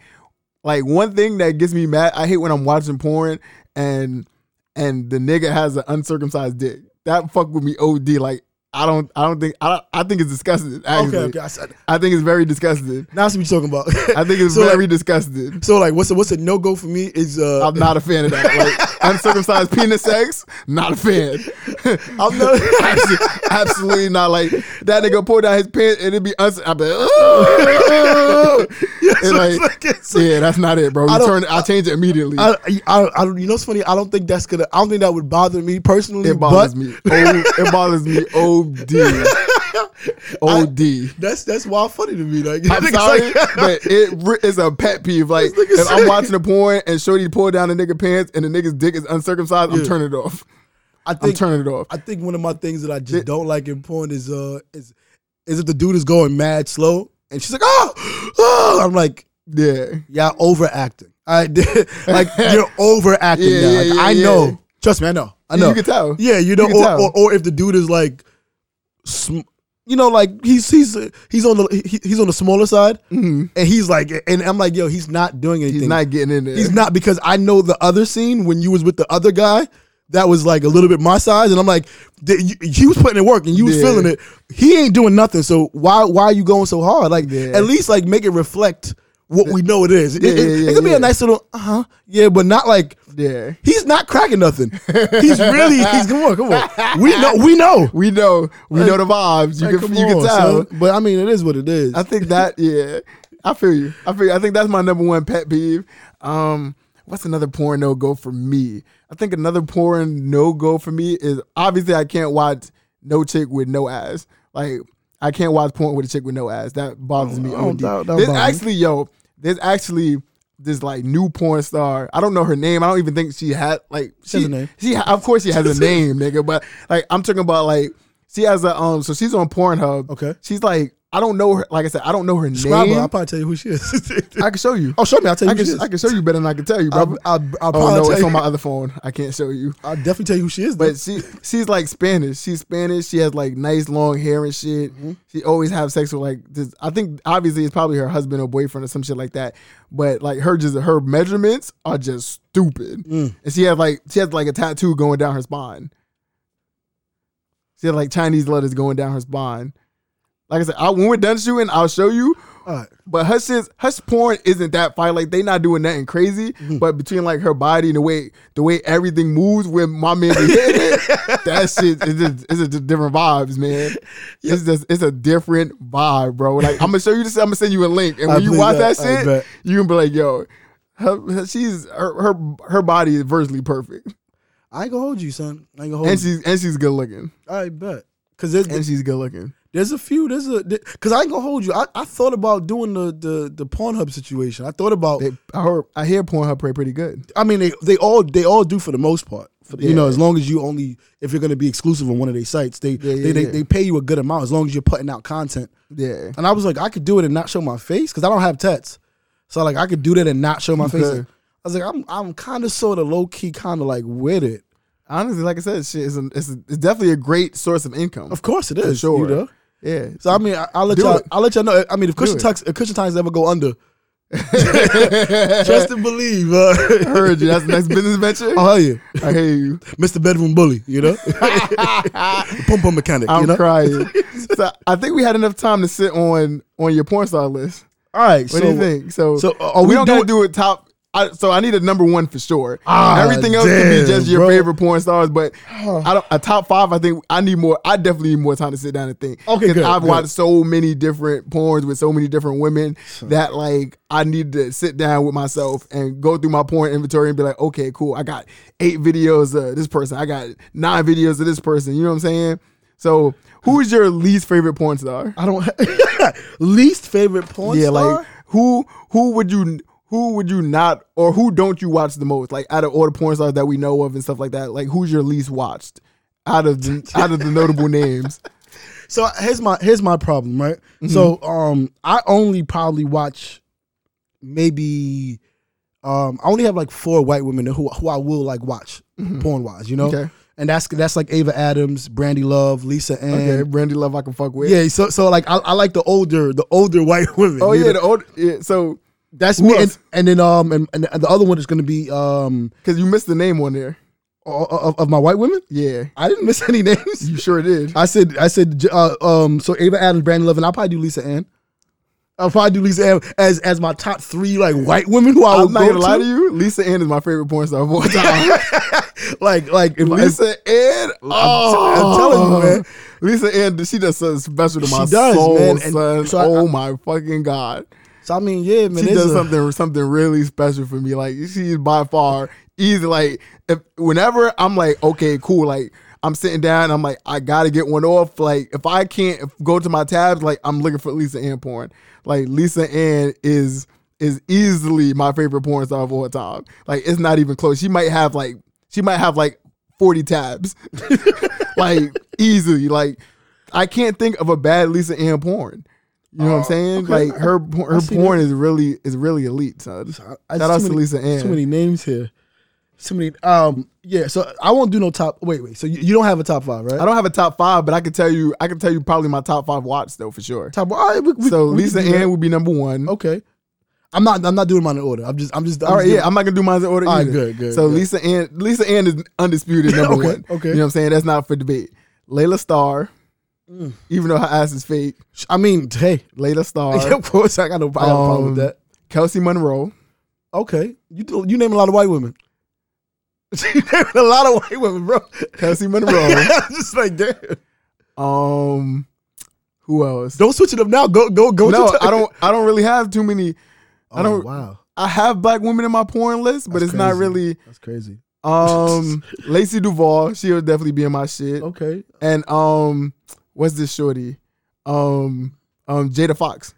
like one thing that gets me mad. I hate when I'm watching porn and and the nigga has an uncircumcised dick. That fuck with me od. Like I don't I don't think I don't, I think it's disgusting. Actually,
okay, okay, I said.
I think it's very disgusting.
Now I see what you're talking about.
*laughs* I think it's
so
very
Like,
disgusting.
*laughs* so like, what's a, what's a no go for me is uh,
I'm not a fan of that. Like uncircumcised penis sex, not a fan. *laughs*
I'm not.
absolutely, *laughs* absolutely not. Like that nigga pull down his pants and it'd be uns. I'd be like, "Ugh."
*laughs* so
And,
*laughs* it's
like,
like, it's-
yeah, that's not it, bro.
I
You
don't-
turn, I'll change it immediately.
I, I, I, don't- you know what's funny? I don't think that's gonna. I don't think that would bother me personally.
it bothers
but *laughs*
me. O, it bothers me. Od, od.
That's that's wild funny to me. *laughs* Like,
I'm
it's
sorry,
like-
but it re- it's a pet peeve. Like
This nigga
if I'm
*laughs* said-
watching a porn and Shorty pull down the nigga pants and the nigga's dick is uncircumcised, I'm
Yeah.
turning it off.
I
I'm
think
turning it off.
I think one of my things that I just don't like in porn is uh is is if the dude is going mad slow and she's like oh, oh I'm like
Yeah.
yeah overacting. I *laughs*
*laughs*
like you're overacting.
Yeah,
now.
yeah,
Like,
yeah,
I
yeah.
know. Trust me, I know. I know.
You can tell.
Yeah, you know,
You can
or,
tell.
or, or if the dude is like, sm- you know, like he's he's uh, he's on the he, he's on the smaller side, and he's like, and I'm like, yo, he's not doing
Mm-hmm.
anything.
He's not getting in there.
He's not because I know the other scene when you was with the other guy that was like a little bit my size, and I'm like, th- you, he was putting in work and you was
Yeah.
feeling it. He ain't doing nothing, so why why are you going so hard? Like
Yeah.
at least like make it reflect what we know it is. It-
Yeah,
it,
yeah,
it
yeah,
could be
yeah.
a nice little uh huh, yeah, but not like
*laughs* yeah.
He's not cracking nothing. He's really. He's come on, come on. We know. We know.
We know, we
Like-
know the vibes. You
Like,
can,
come
you can
on,
tell.
son. But I mean, it is what it is.
I think that, *laughs* yeah, I feel you. I feel. You. I think that's my number one pet peeve. Um, what's another porn no go for me? I think another porn no go for me is obviously I can't watch no chick with no ass. Like I can't watch porn with a chick with no ass. That bothers me.
I don't-
OD.
that- that
There's
bother me.
actually, yo, there's actually this like new porn star. I don't know her name. I don't even think she had like she.
has a name.
She ha- of course she has a name, nigga. But like I'm talking about like she has a um. So she's on Pornhub.
Okay.
She's like I don't know her. Like I said, I don't know her
Subscribe her,
name.
I'll probably tell you who she is.
I can show *laughs* you.
*laughs* oh, show me. I'll tell you
I
who
can
she is.
I can show you better than I can tell you, bro.
I'll, I'll, I'll probably
oh no,
tell
it's
you.
on my other phone. I can't show you.
I'll definitely tell you who she is.
But she she's like Spanish. She's Spanish. She has like nice long hair and shit. She always have sex with like this. I think obviously it's probably her husband or boyfriend or some shit like that. But like her just her measurements are just stupid.
Mm.
And she has like she has like a tattoo going down her spine. She had like Chinese letters going down her spine. Like I said, I, when we're done shooting, I'll show you.
All right.
But her shit's her porn isn't that fire. Like they not doing nothing crazy. But between like her body and the way the way everything moves when my man be hitting it, *laughs* that shit is just it's just different vibes, man. It's just it's a different vibe, bro. Like I'm gonna show you this. I'm gonna send you a link, and
I
when you
believe
watch
that.
that,
I bet.
shit, you gonna be like, yo, her, her- she's her her her body is virtually perfect.
I ain't gonna hold you, son. I ain't gonna hold
And
you.
she's and she's good looking.
I bet. Cause there's,
Mm. And she's good looking.
there's a few. There's a there- cause I ain't gonna hold you. I, I thought about doing the the the Pornhub situation. I thought about.
They, I heard I hear Pornhub pray pretty good.
I mean, they they all they all do for the most part. For the- You know,
Yeah.
as long as you only if you're gonna be exclusive on one of their sites, they
yeah,
they, they,
yeah.
they pay you a good amount as long as you're putting out content.
Yeah.
And I was like, I could do it and not show my face because I don't have tats. So like, I could do that and not show my face.
Okay.
Like, I was like, I'm I'm kind of sort of low key, kind of like with it.
Honestly, like I said, shit is an, it's, a, it's definitely a great source of income.
Of course it is.
sure.
you know?
Yeah.
So I mean, I, I'll let
Do
y'all.
it.
I'll let y'all know. I mean, if cushion
it.
tucks, if cushion times ever go under, *laughs* trust and believe. Uh,
heard you. That's the next business venture.
*laughs* I'll hear you,
I hear you.
Mr. Bedroom Bully. You *laughs* know, pump pump mechanic.
I'm
you know.
crying. so I think we had enough time to sit on on your porn star list.
All right.
What
so,
do you think? So, oh,
so are we
we don't gotta
doing-
do it top. I, so I need a number one for sure.
Ah,
Everything else can
damn,
be just your
bro.
favorite porn stars,
*sighs*
but I don't, a top five. I think I need more. I definitely need more time to sit down and think.
Okay,
'Cause
good,
I've
good.
watched so many different porns with so many different women that like I need to sit down with myself and go through my porn inventory and be like, okay, cool. I got eight videos of this person. I got nine videos of this person. You know what I'm saying? So who is your least favorite porn star?
I don't *laughs* least favorite porn
yeah,
star.
like who who would you who would you not or who don't you watch the most? Like out of all the porn stars that we know of and stuff like that, like who's your least watched out of
*laughs*
the out of the notable names?
So here's my here's my problem, right?
Mm-hmm.
So um I only probably watch maybe um I only have like four white women who who I will like watch porn wise, you know?
Mm-hmm. Okay.
And that's that's like Ava Adams, Brandy Love, Lisa Ann.
Okay, Brandy Love I can fuck with.
Yeah, so so like I, I like the older the older *laughs* white women.
Oh
you
yeah,
know?
the old yeah, so
that's
who
me.
else?
And, and then um and, and the other one is gonna be um
because you missed the name on there.
o- o- of, of my white women.
Yeah,
I didn't miss *laughs* any names.
you sure did.
I said, I said, uh, um, so Ava Adams, Brandon Love, and I'll probably do Lisa Ann. I'll probably do Lisa Ann as as my top three like white women who I would
I'm not
go
gonna lie to
to.
you. Lisa Ann is my favorite porn star
*laughs*
of all time.
Like like if, if
Lisa Ann, oh,
I'm telling you, man.
Lisa Ann, she does something special to my
She does,
soul,
man, and
son.
so I-
oh my fucking god.
so I mean yeah man
she
there's
does
a-
something something really special for me. Like she's by far easy. Like if whenever I'm like, okay, cool. Like I'm sitting down, I'm like, I gotta get one off. Like if I can't if- go to my tabs, like I'm looking for Lisa Ann porn. Like Lisa Ann is is easily my favorite porn star of all time. Like it's not even close. She might have like she might have like 40 tabs. *laughs* like easily. Like I can't think of a bad Lisa Ann porn. You know what I'm saying? Like her por- her
see
porn is really is really elite, son.
I-
Shout
it's
out
too
to
many-
Lisa
Too
Ann.
many names here. Too many. Um, yeah. So I won't do no top. Wait, wait. So you, you don't have a top five, right?
I don't have a top five, but I can tell you I can tell you probably my top five watts though for sure.
top. All right. We, we, *laughs*
So
we can
Lisa
do that.
Ann would be number one.
Okay. I'm not. I'm not doing mine in order. I'm just. I'm just. I'm
All right,
just
yeah, I'm not gonna do mine in order
All right,
either.
good, good,
So
good.
Lisa Ann, Lisa Ann is
*laughs*
undisputed number
Okay,
one.
okay.
you know what I'm saying? That's not for debate. Layla Starr,
Mm.
even though her ass is fake,
doing- I mean, hey.
Layla Starr,
Yeah, *laughs* of course, I got no, I got no problem with
Um,
that.
Kelsey Monroe,
Okay, you do, you name a lot of white women. *laughs* you name a lot of white women, bro. *laughs*
Kelsey Monroe.
I'm just like damn.
um, who else?
Don't switch it up now. Go go go.
no,
to-
I don't. I don't really have too many. I
Oh,
don't.
Wow,
I have black women in my porn list, but
That's
it's not
crazy.
really.
that's crazy. *laughs*
Um, Lacey Duvall, she'll definitely be in my shit.
Okay,
And um, what's this shorty? Um, um, Jada Fox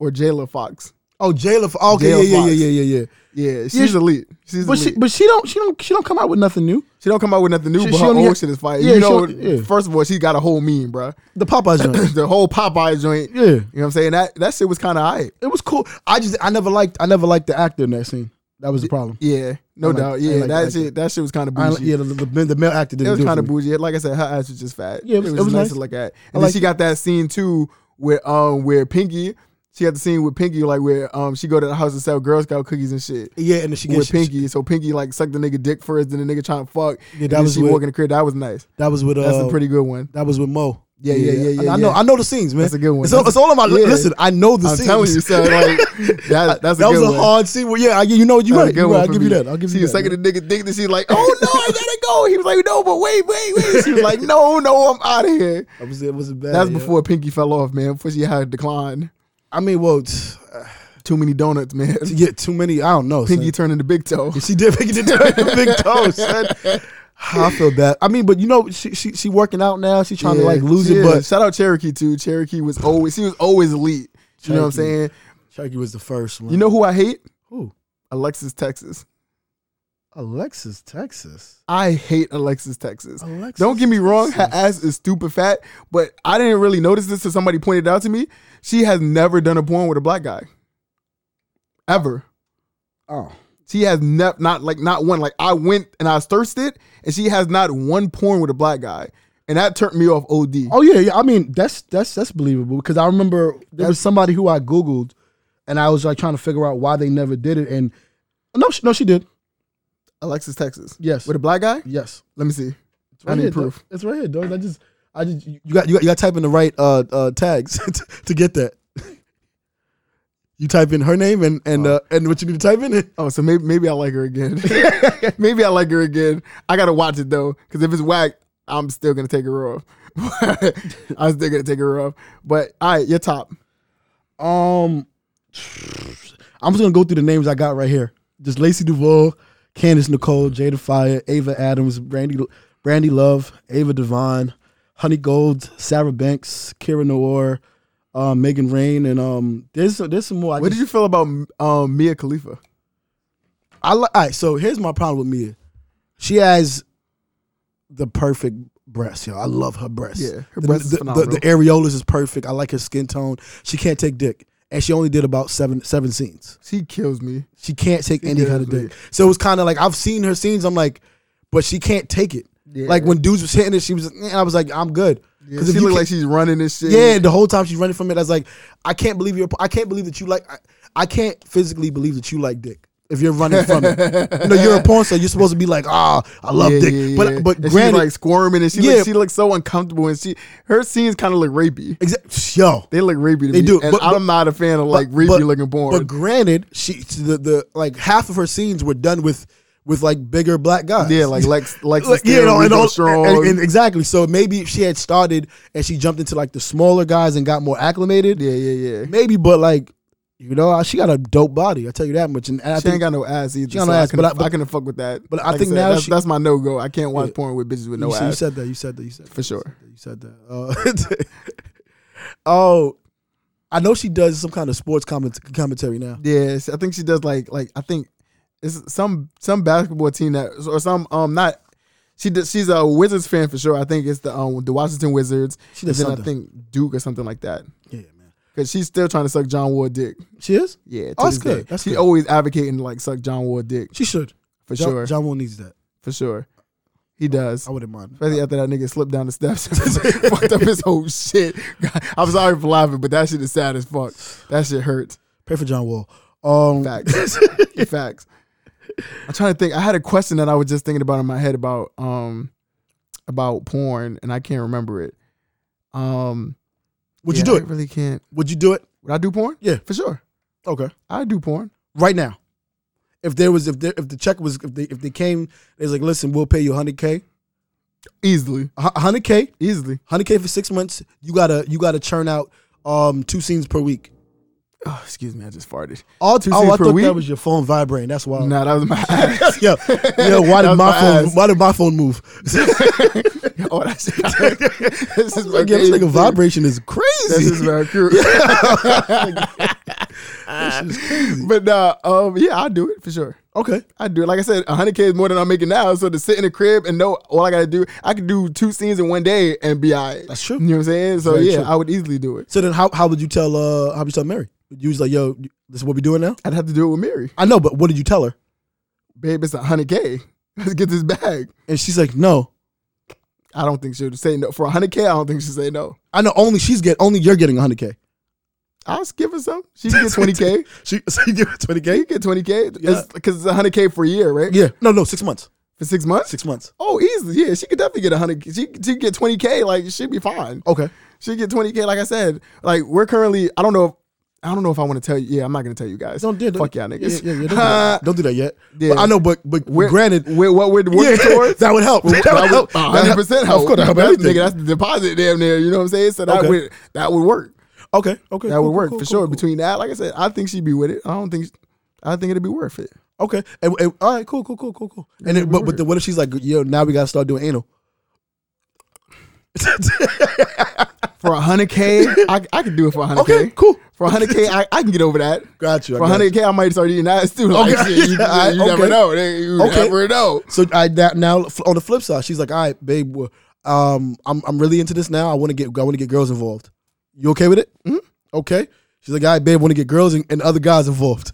or Jayla Fox.
Oh, Jayla. Fo- Okay,
Jayla
yeah, yeah,
Fox.
yeah, yeah, yeah, yeah.
Yeah, she's
she-
elite. She's
But
elite.
she, but she don't, she don't, she don't come out with nothing new.
She don't come out with nothing new,
She-
but
she
her
only
old
ha-
shit is fire.
yeah,
you
she
know,
only- yeah.
first of all, she got a whole meme, bruh.
The Popeyes *clears throat*
*laughs*
joint.
the whole Popeye joint.
yeah,
You know what I'm saying? That that shit was kind of hype.
it was cool. I just, I never liked, I never liked the actor in that scene. That was the problem.
Yeah, no
I like-
doubt.
I
Yeah,
like- I
that
like
shit that shit was kind of
I,
bougie.
yeah, the, the, the male actor didn't
it was
do
kind
for
of
me.
bougie. Like I said, her ass was just fat.
Yeah, it was- it
just
was nice.
to look at.
I
And then
like
she got that scene too with um where Pinky, she had the scene with Pinky like where um she go to the house to sell Girl Scout cookies and shit.
Yeah, and then she
With
gets she-
Pinky, so Pinky like sucked the nigga dick first, then the nigga trying to fuck.
Yeah, that
and then
was
she
with-
walk in the crib. That was nice.
That was with uh,
That's a pretty good one.
That was with Mo.
Yeah, yeah, yeah, yeah,
I, I know,
yeah.
I know the scenes, man.
That's a good one.
It's, all-
That's-
it's all in my.
yeah.
Listen, I know the
I'm
scenes.
telling you,
*laughs*
son. Like that, that's a good
that was a
one.
hard scene. Well, yeah, I, you know,
That's
you right.
a good
You
one
right. I'll
for
give you
me.
that. I'll give
she
you
was
that.
sucking the nigga dick, and she's like, "Oh no, I gotta go." He was like, "No, but wait, wait, wait." She was like, "No, no, I'm out of here."
I was, it was bad.
That's
yeah.
before Pinky fell off, man. Before she had declined.
I mean, well, t-
too many donuts, man. *laughs*
to get too many. I don't know. son. *laughs*
Pinky turning to big toe. *laughs* Oh,
She did make it to the big toe, son. I feel bad. I mean, but you know, she she, she working out now. She trying to like lose
Yeah.
it, but
shout out Cherokee too. Cherokee was always she was always elite. You know what I'm
Cherokee.
saying?
Sharky was the first one.
You know who I hate?
who?
Alexis Texas.
Alexis, Texas.
I hate Alexis Texas.
Alexis
Don't get me wrong, her ass is stupid fat, but I didn't really notice this until somebody pointed it out to me. She has never done a porn with a black guy. Ever.
Oh,
She has ne- not like not one. Like I went and I was thirsted, and she has not one porn with a black guy, and that turned me off. Od.
oh yeah, yeah. I mean, that's that's that's believable because I remember there was somebody who I googled, and I was like trying to figure out why they never did it. And no, she, no, she did.
Alexis Texas
Yes,
with a black guy.
*laughs* yes.
Let me see.
It's
I need
here,
proof.
dog. It's right here, dog. I just, I just, you got, you got, you got to type in the right uh, uh, tags *laughs* to, to get that. You type in her name and and uh, and what you need to type in.
Oh, so maybe maybe I like her again. *laughs* maybe I like her again. I gotta watch it though, because if it's whack, I'm still gonna take her off. *laughs* I'm still gonna take her off. But all right, you're top.
Um, I'm just gonna go through the names I got right here. Just Lacey Duvall, Candice Nicole, Jada Fire, Ava Adams, Brandy, Brandy Love, Ava Devine, Honey Gold, Sarah Banks, Kira Noir, uh, Megan Rain, and um, there's there's some more. I
What
just-
did you feel about um, Mia Khalifa?
I li- all right, so here's my problem with Mia. She has the perfect breasts, yo. I love her breasts.
Yeah, her
The-
breasts is
the, the,
phenomenal.
the areolas is perfect. I like her skin tone. She can't take dick, and she only did about seven seven scenes.
She kills me.
She can't take any
kills
kind of
me.
dick. So it was kind of like I've seen her scenes. I'm like, but she can't take it.
Yeah.
Like when dudes was hitting it, she was. "Eh," I was like, I'm good.
Yeah,
'Cause
she
if you
look
can't-
like she's running this shit.
yeah, the whole time she's running from it, I was like, I can't believe you're. I can't believe that you like. I, I can't physically believe that you like dick. If you're running from it, you
*laughs*
know you're a porn star. You're supposed to be like, ah, I love
Yeah,
dick.
yeah, yeah.
But but
And she's,
granted,
like squirming and she
Yeah.
looks, she looks so uncomfortable and she her scenes kind of look rapey.
exa- yo,
They look rapey. To
They
me,
do,
and
but-
I'm not a fan of like rapey looking porn.
But granted, she the, the like half of her scenes were done with with like bigger black guys.
yeah, like
*laughs*
Lex, Lex,
Like, yeah, no, and, all,
strong.
and- and exactly. So maybe if she had started and she jumped into like the smaller guys and got more acclimated,
yeah, yeah, yeah.
maybe. But like, you know, she got a dope body. I tell you that much. And, and I
She
think
ain't got no ass either.
got
so
no
I
ass,
couldn't-
but I- but-
I couldn't fuck with that.
but I
Like
think
said,
now
that's,
she-
that's my no go. I can't watch
Yeah.
porn with bitches with no
you, said- you
ass
said that. You said that. You said that.
for sure.
You said that. Uh, *laughs* oh, I know she does some kind of sports comment, commentary now.
Yes, I think she does. Like, like I think it's some some basketball team that or some um not. She does, she's a Wizards fan for sure. I think it's the um the Washington Wizards.
She does
and then I
something.
think Duke or something like that.
Yeah, man.
Because she's still trying to suck John Wall dick.
She is.
Yeah, to
Oh, that's
this day.
good. That's
she
good.
always advocating to, like suck John Wall dick
She should.
for
John,
sure,
John Wall needs that.
for sure. He does.
I wouldn't mind.
Especially after that nigga slipped down the steps and *laughs* fucked up his whole shit. *laughs* God, I'm sorry for laughing, but that shit is sad as fuck. That shit hurts.
Pray for John Wall. Um, *laughs*
Facts. Facts. I'm trying to think. I had a question that I was just thinking about in my head about um about porn and I can't remember it. Um
Would
yeah,
you do
I
it?
really can't.
Would you do it?
Would I do porn?
Yeah.
For sure.
Okay.
I do porn.
Right now, if there was, if there, if the check was, if they, if they came, they was like, listen, we'll pay you 100k,
Easily.
100k,
Easily.
100k for six months. You gotta, you gotta churn out um two scenes per week.
Oh, excuse me, I just farted.
All
Two
oh,
scenes
I
per
thought
week?
that was your phone vibrating. That's *laughs* why.
Nah, that was my *laughs* ass.
Yo, yo, why
That
did
was
my
my
phone?
ass.
Why did my phone move? *laughs*
oh, that shit. *laughs* this
*laughs*
is my
Like, yo, this
baby.
nigga vibration is
This
crazy.
is my *laughs* crew. But nah, um, yeah, I'll do it for sure.
*laughs* okay.
I do it. Like I said, 100K is more than I'm making now. So to sit in the crib and know all I got to do, I could do two scenes in one day and be all right.
That's true.
You know what I'm saying? So
Very
yeah,
true.
I would easily do it.
So then, how how would you tell uh how would you tell Mary? You was like, yo, this is what we doing now.
I'd have to do it with Mary.
I know, but what did you tell her?
Babe, it's 100K. Let's get this bag.
And she's like, no.
I don't think she would say no. For 100K, I don't think she'd say no.
I know only she's get only you're getting 100k.
I'll give her some. She can get
*laughs*
20K.
She so you give her 20k.
You get 20K.
Yeah.
Because it's 100K for a year, right?
Yeah, no, no, six months.
For six months?
Six months.
Oh, easily. Yeah, she could definitely get 100. She, she could get 20K. Like, she'd be fine.
Okay.
She get 20k. Like I said, like we're currently. I don't know. If, I don't know if I want to tell you. Yeah, I'm not gonna tell you guys.
Don't do
Fuck y'all niggas.
Yeah, yeah, yeah, *laughs* don't, do that. Don't do that yet.
Yeah.
But I know, but but
We're, *laughs*
granted,
we're, what we're working
yeah, *laughs*
towards.
that would help. That
that
would
would
help. That would
100 percent help.
Of course, that help
That's-
everything.
Nigga, that's the deposit damn near. You know what I'm saying? So that
Okay.
would that would work.
Okay, okay,
That
cool,
would
cool,
work
cool,
for
cool,
sure.
cool.
Between that, like I said, I think she'd be with it. I don't think. sh- I think it'd be worth it.
Okay, and, and- all right, cool, cool, cool, cool, cool. And then, but but then what if she's like, yo, now we gotta start doing anal? *laughs*
For a hundred
*laughs*
k, I I could do it for a hundred k.
Okay, cool.
For a hundred k, I I can get over that.
Got you. I
For
got you.
hundred k, I might start eating ass too. Like,
Okay.
*laughs* shit, you you
Yeah, I-
never
okay.
know. nigga. You
Okay.
never know.
So I that now f- on the flip side, she's like, "All right, babe, well, um, I'm I'm really into this now. I want to get I want to get girls involved. You okay with it? Mm-hmm. Okay." She's like, "All right, babe, want to get girls and, and other guys involved."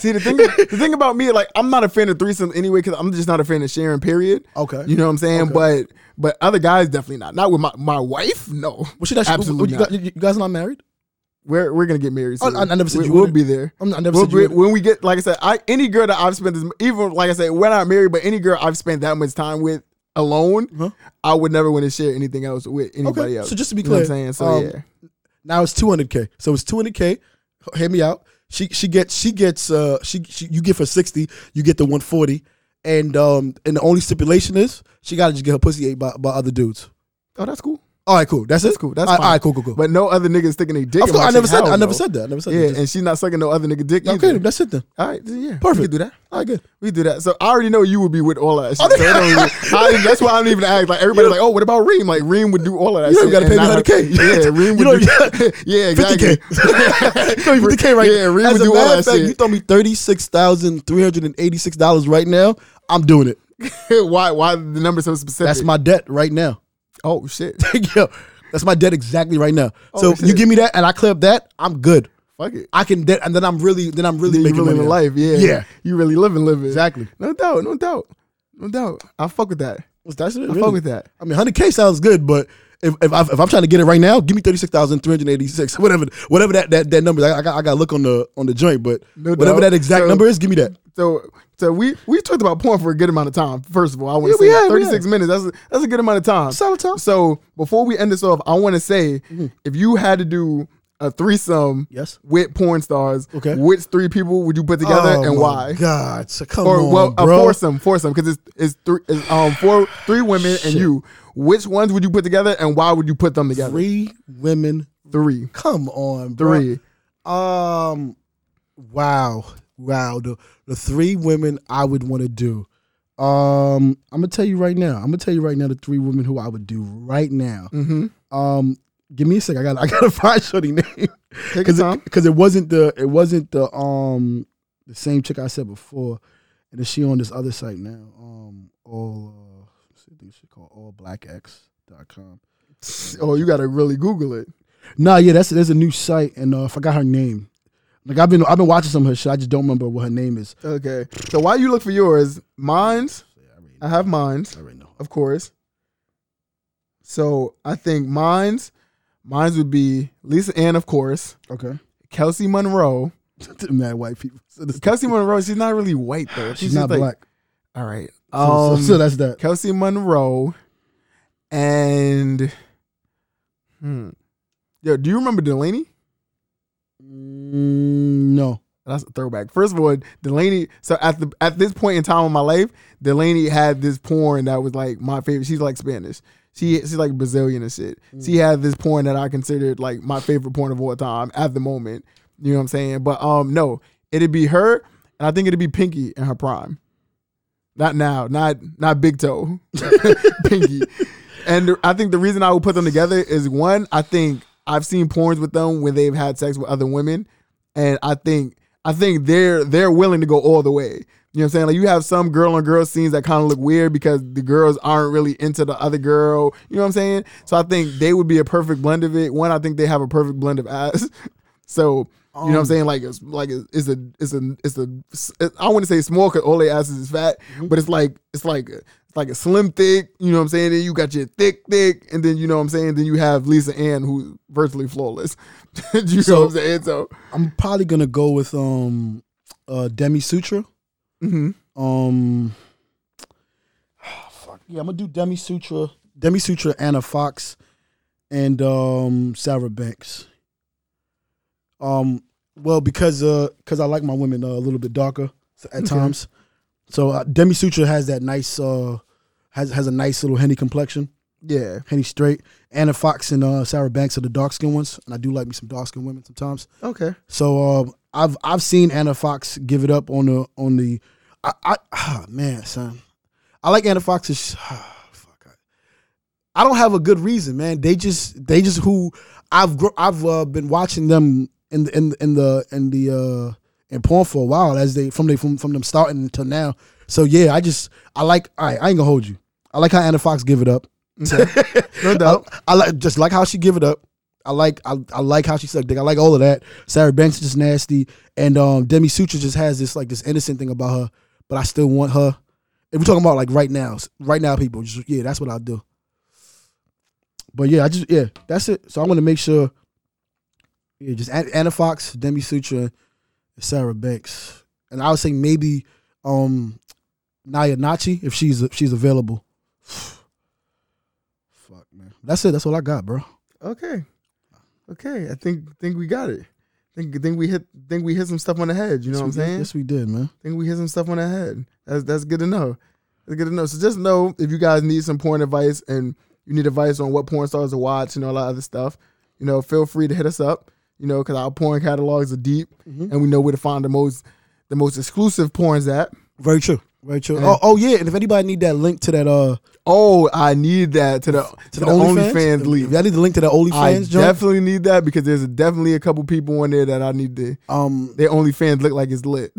See the *laughs* thing, the thing about me, like I'm not a fan of threesomes anyway, because I'm just not a fan of sharing. Period.
Okay.
you know what I'm saying. But but other guys definitely not. Not with my my wife. No,
Well, she not,
Absolutely
You,
not.
got- you- you guys not married?
we're we're gonna get married.
Oh,
Soon.
I- I never said
we,
you
we'll
wouldn't.
be there.
I'm not, I never
We'll
said you.
be, when we get, like I said, I any girl that I've spent this, even like I said, we're not married, but any girl I've spent that much time with alone,
Huh?
I would never want to share anything else with anybody
Okay,
else.
so just to be
you know what
clear,
I'm saying, so
um,
yeah,
Now it's 200k. So it's 200k. Hear me out. She she gets she gets uh she, she you give her 60, you get the 140, and um and the only stipulation is she got to just get her pussy ate by, by other dudes.
oh that's cool,
All right, cool. That's,
that's
it.
cool, that's
all,
fine.
all right, cool, cool, cool.
But no other niggas sticking a dick.
Of
in
course,
my
I never
chick's
said that.
house,
I never
though.
said that. I never said
Yeah,
that. Just-
and she's not sucking no other nigga dick.
okay,
either.
that's it then.
All right, then, yeah,
Perfect.
We can do that.
All right, good.
We do that. So I already know you would be with all
Oh,
that shit. So it don't even- I don't- that's why I don't even ask. Like everybody's like, oh, what about Reem? Like Reem would do all of that.
You don't
shit
gotta
and
pay me
not-
100K.
Yeah,
*laughs*
Reem
You
would.
don't-
do, *laughs* yeah, exactly.
50K.
*laughs*
You know, you put the K *laughs* right.
Yeah, Reem
As
would
a
do all
matter
that
of fact,
shit.
you throw me thirty six thousand three hundred and eighty six dollars right now. I'm doing it.
*laughs* why? Why the number so specific?
That's my debt right now. *laughs*
Oh shit!
Yo, that's my debt exactly right now.
Oh,
So
shit.
you give me that, and I clear up that. I'm good.
Fuck
*laughs*
it.
I can debt, and then I'm really, then I'm really
You
making
really
money
living
now.
life, yeah.
Yeah.
you really living, living.
Exactly.
No doubt, no doubt, no doubt. I fuck with that.
What's that shit?
I fuck with that.
I mean, hundred K sounds good, but if, if, I, if I'm trying to get it right now, give me thirty six thousand three hundred eighty six, *laughs* whatever, whatever that that, that number. is. I, I got I got to look on the on the joint, but
No
whatever
doubt.
that exact
So-
number is, give me that.
So, so we we talked about porn for a good amount of time. First of all, I want
Yeah,
to
we
say
have, we
36 minutes. That's a, that's a good amount of time. Mm-hmm.
Solid time.
So before we end this off, I want to say if you had to do a threesome
Yes.
with porn stars,
Okay.
which three people would you put together
Oh
and
my
why?
God, so come
Or
on,
well,
bro.
a foursome, foursome, because it's it's three it's, um four three women and you. Which ones would you put together and why would you put them together?
Three women.
Three.
Come on, bro.
Three.
Um, wow, wow. The the three women I would want to do. Um, I'm gonna tell you right now. I'm gonna tell you right now the three women who I would do right now.
Mm-hmm.
Um, give me a *laughs* sec. I got I gotta find shorty name
Take your
because
time.
it, 'cause it wasn't the it wasn't the um the same chick I said before, and then she on this other site now. Um, all uh, what's the thing she called allblackx.com.
Oh, you gotta really Google it.
Nah, yeah, that's there's a new site, and uh, I forgot her name. Like I've been I've been watching some of her shit. I just don't remember what her name is.
Okay. So while you look for yours, mine's
Yeah, I already
I have mine's.
I already know.
of course. So I think mine's mine's would be Lisa Ann, of course,
Okay, *laughs*
Kelsey Monroe.
mad white people. So this-
Kelsey Monroe, she's not really white though.
she's, not
just like-
black.
All right.
So, so-
Um,
so that's that.
Kelsey Monroe and hmm. Yo, do you remember Delaney?
Mm, no.
That's a throwback. First of all, Delaney. So at the at this point in time in my life, Delaney had this porn that was like my favorite. She's like Spanish. She she's like Brazilian and shit. She had this porn that I considered like my favorite porn of all time at the moment. You know what I'm saying? But um, no, it'd be her, and I think it'd be Pinky in her prime. Not now, not not Big Toe, *laughs* Pinky. And I think the reason I would put them together is one, I think I've seen porns with them where they've had sex with other women, and I think I think they're they're willing to go all the way. You know what I'm saying? Like you have some girl on girl scenes that kind of look weird because the girls aren't really into the other girl. You know what I'm saying? So I think they would be a perfect blend of it. One, I think they have a perfect blend of ass. *laughs* So you know what I'm saying? Like it's like it's it's a it's a it's a it- I wouldn't say small because all they asses is fat, but it's like it's like a, it's like a slim thick. You know what I'm saying? Then you got your thick thick, and then you know what I'm saying. Then you have Lisa Ann who's virtually flawless. *laughs* you know what I'm saying? So
I'm probably gonna go with um, uh, Demi Sutra.
hmm
Um, ah, fuck yeah, I'm gonna do Demi Sutra, Demi Sutra, Anna Fox, and um, Sarah Banks. Um, well, because uh, because I like my women uh, a little bit darker s- at times, so uh, Demi Sutra has that nice uh, has has a nice little henny complexion.
Yeah.
Henny Straight, Anna Fox, and uh, Sarah Banks are the dark skinned ones, and I do like me some dark skinned women sometimes.
Okay.
So um, I've I've seen Anna Fox give it up on the on the, I, I ah, man son, I like Anna Fox's. *sighs* fuck, I, I don't have a good reason, man. They just they just who I've gr- I've uh, been watching them in the, in in the in the uh, in porn for a while as they from they from from them starting until now. So yeah, I just I like all right, I ain't gonna hold you. I like how Anna Fox give it up.
*laughs* No
I,
doubt.
I like just like how she give it up. I like I, I like how she sucked dick. I like all of that. Sarah Banks is just nasty, and um, Demi Sutra just has this like this innocent thing about her. But I still want her. If we're talking about like right now, right now, people, just, yeah, that's what I'll do. But yeah, I just yeah, that's it. So I want to make sure. Yeah, just An- Anna Fox, Demi Sutra, and Sarah Banks, and I would say maybe um, Naya Nachi if she's if she's available. *sighs* Fuck man, that's it. That's all I got, bro.
Okay. Okay. I think think we got it. Think think we hit think we hit some stuff on the head. You know what I'm
Yes, we-
saying?
Yes, we did, man.
think we hit some stuff on the head. That's that's good to know. That's good to know. So just know if you guys need some porn advice and you need advice on what porn stars to watch and all that other stuff, you know, feel free to hit us up. You know, because our porn catalogs are deep
Mm-hmm.
and we know where to find the most the most exclusive porns at.
Very true. Very true. Oh, oh yeah, and if anybody need that link to that uh
Oh, I need that to the to,
to
the,
the, OnlyFans,
OnlyFans
if-
league.
If I need the link to that
I
OnlyFans joint,
definitely need that because there's definitely a couple people on there that I need to.
um,
Their OnlyFans look like it's lit.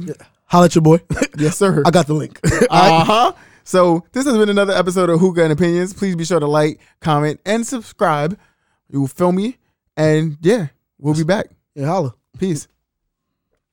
holla at your boy. *laughs*
Yes, sir.
I got the link. *laughs*
Uh huh. So this has been another episode of Hookah and Opinions. Please be sure to like, comment, and subscribe. You will feel me, and yeah, we'll be back.
yeah, holla.
Peace.